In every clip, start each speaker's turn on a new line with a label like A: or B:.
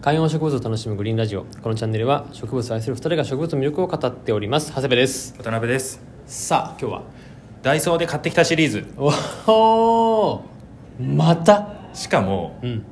A: 観葉植物を楽しむグリーンラジオこのチャンネルは植物を愛する2人が植物の魅力を語っております長谷部です
B: 渡辺です
A: さあ今日は
B: ダイソーで買ってきたシリーズ
A: おおまた
B: しかも
A: うん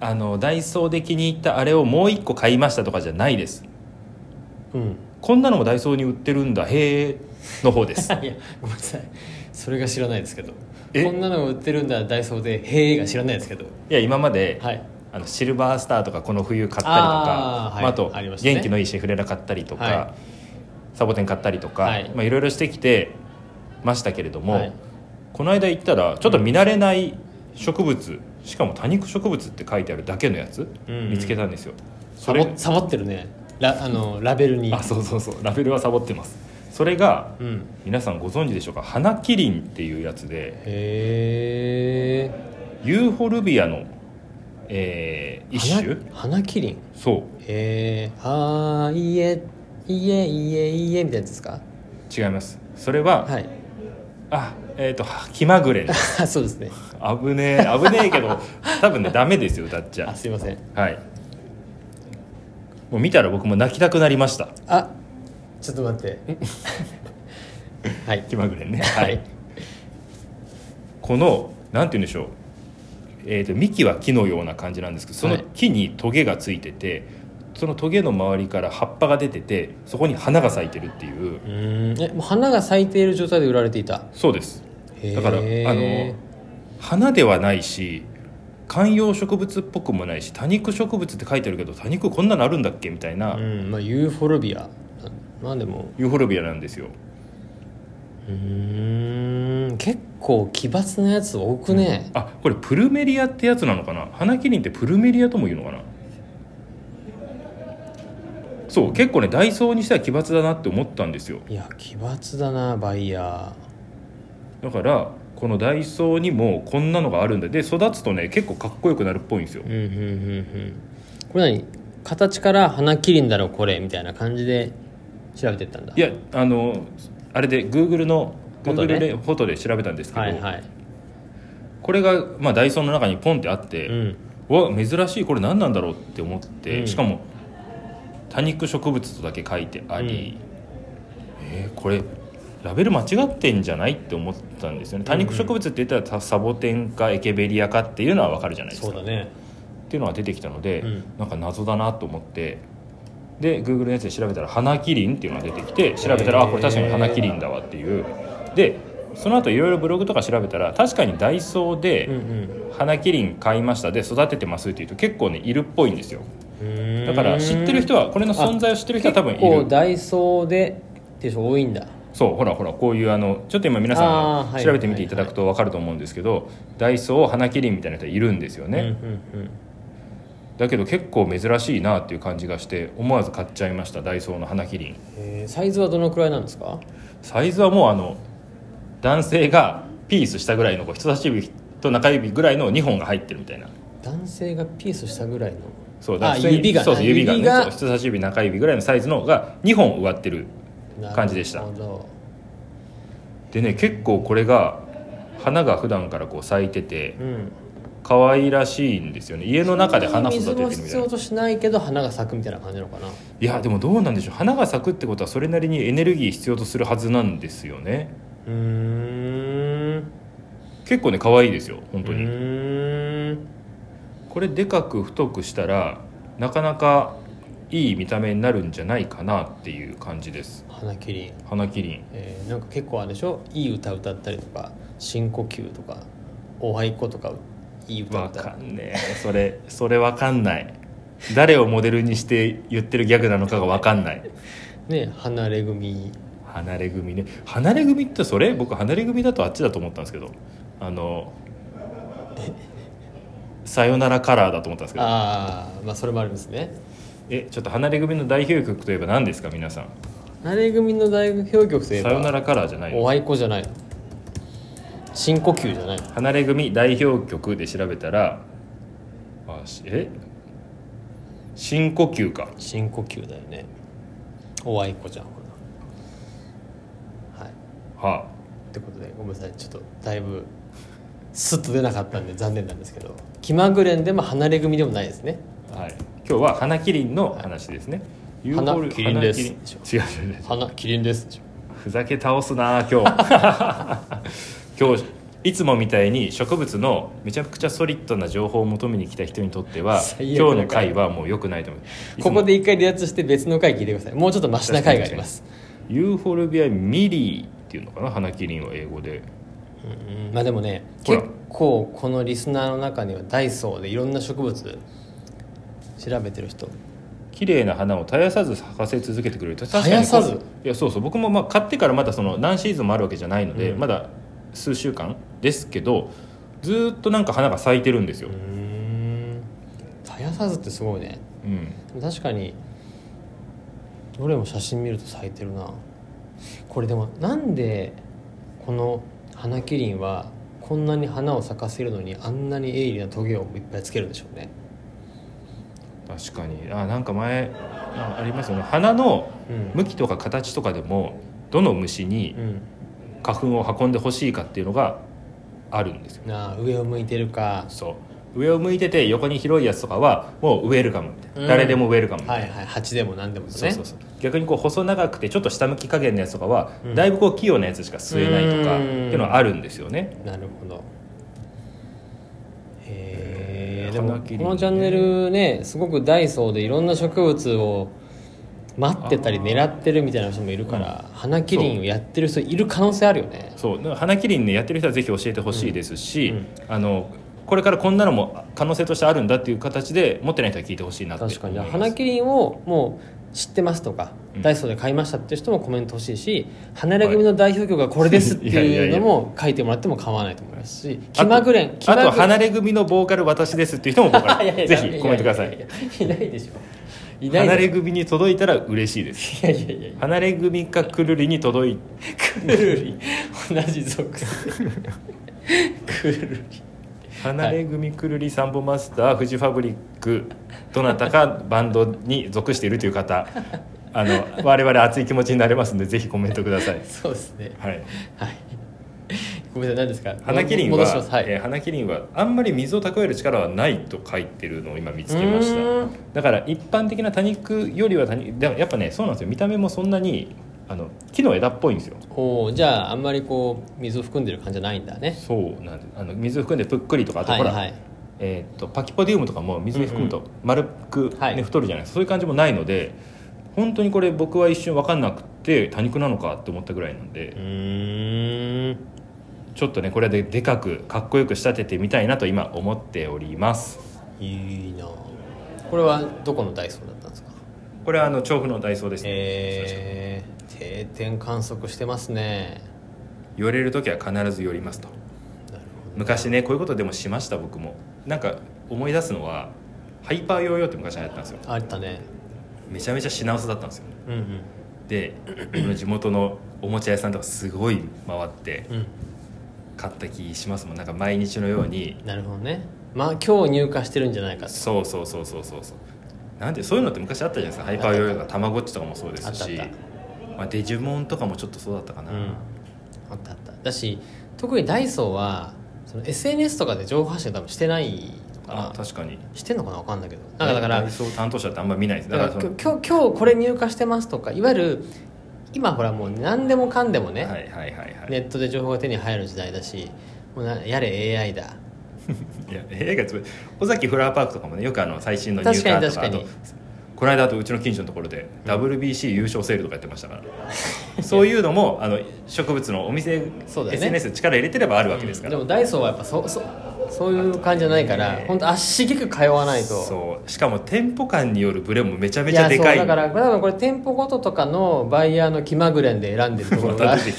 B: あのダイソーで気に入ったあれをもう一個買いましたとかじゃないです
A: うん
B: こんなのもダイソーに売ってるんだへえの 方で
A: い
B: す
A: やごめんなさいそれが知らないですけど
B: え
A: こんなの売ってるんだダイソーで「へえ」が知らないですけど
B: いや今まで、
A: はい
B: あのシルバースターとかこの冬買ったりとか
A: あーはい
B: まあ、あと、
A: ありましたね
B: 元気のいいシェフレラ買ったりとか、
A: は
B: サボテン買ったりとか、
A: はいい
B: まあ、いろいろしてきてましたけれども、
A: はい
B: この間行ったらちょっと見慣れない植物、しかも多肉植物って書いてあるだけのやつ、
A: うんうん
B: 見つけたんですよ
A: サボサボってるねラあのラベルに
B: あそうそうそうラベルはサボってますそれが
A: うん
B: 皆さんご存知でしょうか花キリンっていうやつで
A: へえ
B: ユーフォルビアの、えー一種
A: 花キリン
B: そう
A: へえあーいいえいいえいいえいいえみたいなやつですか
B: 違いますそれは、
A: はい
B: あえっ、と気まぐれです
A: そうですね
B: 危ねえ危ねえけど多分ねダメですよだっち
A: あ
B: ゃ
A: すいません
B: はいもう見たら僕も泣きたくなりました
A: あちょっと待って はい
B: 気まぐれね
A: は
B: はいいこのなんて言うんでしょうえー、と幹は木のような感じなんですけどその
A: はい
B: 木にトゲがついてて、そのトゲの周りから葉っぱが出ててそこに花が咲いてるっていう
A: うーんえもう花が咲いている状態で売られていた
B: そうです
A: へー
B: だからあの花ではないし観葉植物っぽくもないし多肉植物って書いてあるけど多肉こんなのあるんだっけみたいな、
A: うんまあユーフォルビアまあでも
B: ユーフォルビアなんですよ
A: うーん結構奇抜なやつ多くね、
B: あこれプルメリアってやつなのかな花キリンってプルメリアとも言うのかなそう結構ねダイソーにしては奇抜だなって思ったんですよ
A: いや奇抜だなバイヤ
B: だからこのダイソーにもこんなのがあるんでで育つとね結構かっこよくなるっぽいんですよ
A: ーうんうんうんうんこれ何形から花キリンだろこれみたいな感じで調べてったんだ
B: いやあのあれで Google の
A: フォト
B: Google
A: ね
B: でフォトで調べたんですけど、
A: はいはい
B: これが、まあ、ダイソーの中にポンってあっ
A: う
B: て、
A: ん
B: うわ珍しいこれ何なんだろうって思って、
A: うん
B: しかも多肉植物とだけ書いてあり、えーこれラベル間違ってんじゃないって思ったんですよね多肉植物って言ったらサボテンかエケベリアかっていうのは分かるじゃないですか
A: そうだね
B: っていうのが出てきたので、
A: うん
B: なんか謎だなと思ってで Google のやつで調べたら「花キリン」っていうのが出てきて調べたら「
A: へー
B: あこれ確かに花キリンだわ」っていうでその後いろいろブログとか調べたら確かにダイソー
A: うんう
B: で
A: ん
B: 「花キリン買いました」で育ててますっていうと結構ねいるっぽいんですよ
A: うーん
B: だから知ってる人はこれの存在を知ってる人は多分い
A: 結構
B: る
A: ダイソーでっていう人多いんだ
B: そうほらほらこういうあのちょっと今皆
A: あ
B: さ
A: ーは
B: ん
A: い
B: 調べてみていただくと分かると思うんですけどダイソー花キリンみたいな人いるんですよね、
A: うんうんうん
B: だけど結構珍しいなっていう感じがして思わず買っちゃいましたダイソーの花キリン
A: えーサイズはどのくらいなんですか
B: サイズはもうあの男性がピースしたぐらいのこう人差し指と中指ぐらいの2本が入ってるみたいな
A: 男性がピースしたぐらいの
B: そう
A: あ
B: だから普通に
A: 指が
B: そうそう指が,、ね、
A: 指が
B: そう人差し指中指ぐらいのサイズのが2本植わってる感じでした
A: なるほど
B: でね結構これが花が普段からこう咲いてて
A: うん
B: 可愛らしいんですよね家の中で花育て
A: 水
B: てる
A: も
B: みた
A: 必
B: いな
A: 要としないけど花が咲くみたいな感じなのかない
B: やでもどうなんでしょう花が咲くってことはそれなりにエネルギー必要とするはずなんですよね
A: うーん
B: 結構ね可愛いですよ本当
A: う
B: に、
A: ーん
B: これでかく太くしたらなかなかいい見た目になるんじゃないかなっていう感じです
A: 花キリン、
B: 花キリン
A: えーなんか結構あれでしょいい歌歌ったりとか深呼吸とかおはいことかいい歌
B: わ
A: 歌った
B: かんねえそれそれわかんない誰をモデルにして言ってるギャグなのかがわかんない
A: りね離れ組
B: 離れ組ね離れ組ってそれ僕離れ組だとあっちだと思ったんですけどあのさよならカラーだと思ったんですけど
A: ああまあそれもありますね
B: えちょっと離れ組の代表曲といえば何ですか皆さん
A: 離れ組の代表曲といえ
B: さ
A: ば
B: よならカラーじゃないの
A: おはいこじゃないの深呼吸じゃないの
B: 離れ組代表曲で調べたらあしえ深呼吸か
A: 深呼吸だよねおはいこじゃんほらはい
B: は
A: ってことでごめんなさいちょっとだいぶスッと出なかったんで残念なんですけど気まぐれんでも離れ組でもないですね
B: はい、今日は花キリンの話ですね。ユーフォル
A: 花キリンです
B: 花キリン違う違う違う。
A: 花キリンです
B: ふざけ倒すなあ今日 今日いつもみたいに植物のめちゃくちゃソリッドな情報を求めに来た人にとっては
A: 最悪だ
B: 今日の回はもう良くないと思ういつ
A: こ
B: も
A: こで一回離脱して別の回聞いてくださいもうちょっとマシな回があります
B: ユーフォルビアミリーっていうのかな花キリンは英語で
A: うんまあでもね
B: ほら
A: 結構このリスナーの中にはダイソーでいろんな植物調べてる人
B: 綺麗な花を絶やさず咲かせ続けてくれると
A: 絶やさず
B: 確かにこういやそうそう僕もまあ買ってからまだその何シーズンもあるわけじゃないので、
A: うん
B: まだ数週間ですけどずーっとなんか花が咲いてるんですよ
A: う、ん絶やさずってすごいね
B: うん、
A: 確かにどれも写真見ると咲いてるなこれでもなんでこの花キリンはこんなに花を咲かせるのにあんなに鋭利なトゲをいっぱいつけるんでしょうね
B: 確かにあなんか前あありますよね花の
A: うん
B: 向きとか形とかでもどの虫に
A: う
B: 花粉を運んでほしいかっていうのがあるんですよ
A: ん、なあ上を向いてるか
B: そう上を向いてて横に広いやつとかはもうウェルカムみたいな、
A: うん
B: 誰でもウェルカムみたいな、
A: はいはい蜂でも何でもです
B: そう
A: ね
B: そうそう逆にこう細長くてちょっと下向き加減のやつとかは、
A: うん
B: だいぶこう器用なやつしか吸えないとかっ
A: うん
B: ていうのはあるんですよね
A: なるほどへえ
B: えー
A: でも
B: 花切りね
A: このチャンネルねすごくダイソーでいろんな植物を待ってたり狙ってるみたいな人もいるから花キリンをやってる人いる可能性あるよね
B: そうだから花キリンねやってる人はぜひ教えてほしいですし、
A: うんうん
B: あのこれからこんなのも可能性としてあるんだっていう形で持ってない人は聞いてほしいなって思い
A: 確
B: ます
A: かに花キリンをもう知ってますとか、
B: うん
A: ダイソーで買いましたっていう人もコメント欲しいし花ら組の代表曲がこれですって
B: はいいやい
A: い
B: や
A: う
B: いや
A: のも書いてもらっても構わないと思いますし気まぐれん気
B: あ
A: ま
B: とあ
A: ぐ
B: と
A: れん
B: 離れ組のボーカル私ですっていう人も僕か ら
A: いやいや
B: ぜひコメントください
A: やややいないでしょいない
B: 離
A: で
B: れ組に届いたら嬉しいです
A: しょいやいやいや
B: 離れ組かくるりに届い
A: くるり同じ属性くるり
B: 離れ組くるりサンボマスターフジファブリックどなたか バンドに属しているという方あの我々熱い気持ちになれますのでぜひコメントください、
A: そうですね
B: はい、
A: はいごめんなさい何ですか
B: 花キリンは、
A: 戻しますはい、
B: えー花キリンはあんまり水を蓄える力はないと書いてるのを今見つけまし
A: うー
B: た
A: ん
B: だから一般的な多肉よりは多肉だからやっぱねそうなんですよ見た目もそんなにあの木の枝っぽいんですよ
A: おーじゃああんまりこう水を含んでる感じじゃないんだね
B: そうなんですあの水を含んでぷっくりとかあと
A: は
B: ほ
A: い
B: ら、
A: はい
B: えー、とパキポディウムとかも水に含む
A: う
B: と丸く、ね
A: はい
B: 太るじゃないですかそういう感じもないので本当にこれ僕は一瞬分かんなくて多肉なのかって思ったぐらいなん
A: う
B: で、
A: ーん
B: ちょっとねこれででかくかっこよく仕立ててみたいなと今思っております
A: いいなこれはどこのダイソーだったんですか
B: これはあの調布のダイソーですね、
A: えー、定点観測してますね
B: 寄れる時は必ず寄りますと
A: なるほど
B: 昔ねこういうことでもしました僕もなんか思い出すのはハイパーヨーヨーって昔流行ったんですよ
A: あったね
B: めちゃめちゃ品薄だったんですよ
A: うんうん
B: で僕の地元のおもちゃ屋さんとかすごい回って
A: うん
B: 買った気しますもんなんか毎日のように
A: なるほどねまあ今日入荷してるんじゃないかと
B: そうそうそうそうそうそうなんでそういうのって昔あったじゃないですかハイパーヨーヨーがたまごっちとかもそうですし
A: あったあっ
B: まあ、デジモンとかもちょっとそうだったかな、
A: うんあったあっただし特にダイソーはその SNS とかで情報発信多分してないのか
B: あ
A: な
B: 確かに
A: してんのかな分かんないけどなんかだから
B: ダイソー担当者ってあんま見ないです
A: だ
B: だ
A: か
B: かららその
A: 今日今日これ入荷してますとかいわゆる今ほらもう何でもかんでもね、
B: はいはいはいはい
A: ネットで情報が手に入る時代だしもうなやれ AI だ
B: いや映画つぶ尾崎フラワーパークとかもねよくあの最新のニュー
A: 確か
B: カ
A: に
B: ーとかあ
A: 確か
B: と
A: に
B: この間あとうちの近所のところで WBC 優勝セールとかやってましたか ら、そういうのもあの植物のお店、
A: そうだよね
B: SNS で力入れてればあるわけですから、
A: でもダイソーはやっぱそそそういう感じじゃないから、
B: ね
A: 本当足しげく通わないと
B: そうしかも店舗間によるブレもめちゃめちゃでかい
A: いやそうだから多分これ店舗ごととかのバイヤーの気まぐれんで選んでるところ が
B: また出てき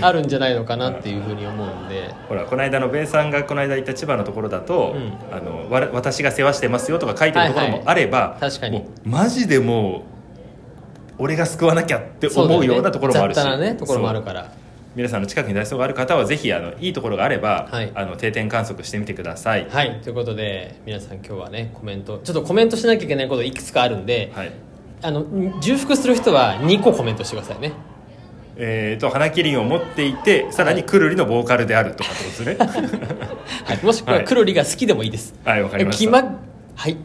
A: あるんじゃないのかなっていうふうに思うんで
B: ほらこの間のベイさんがこの間行った千葉のところだと、
A: うん
B: あのわ私が世話してますよとか書いてるところもあれば、
A: いはい確かに
B: もうマジでもう俺が救わなきゃって
A: そだ
B: 思うようなところもあるし
A: 雑多なねところもあるから
B: 皆さんの近くにダイソーがある方はぜひあのいいところがあれば、
A: はい
B: あの定点観測してみてください、
A: はいということで皆さん今日はねコメントちょっとコメントしなきゃいけないこといくつかあるんで、
B: はい
A: あの重複する人は2個コメントしてくださいね
B: えー、と花キリンを持っていてさらにくるりのボーカルであるとかってことですね
A: はい、もしくは
B: はい
A: くるりが好きでもいいです。
B: はいわかりました
A: え気まはい。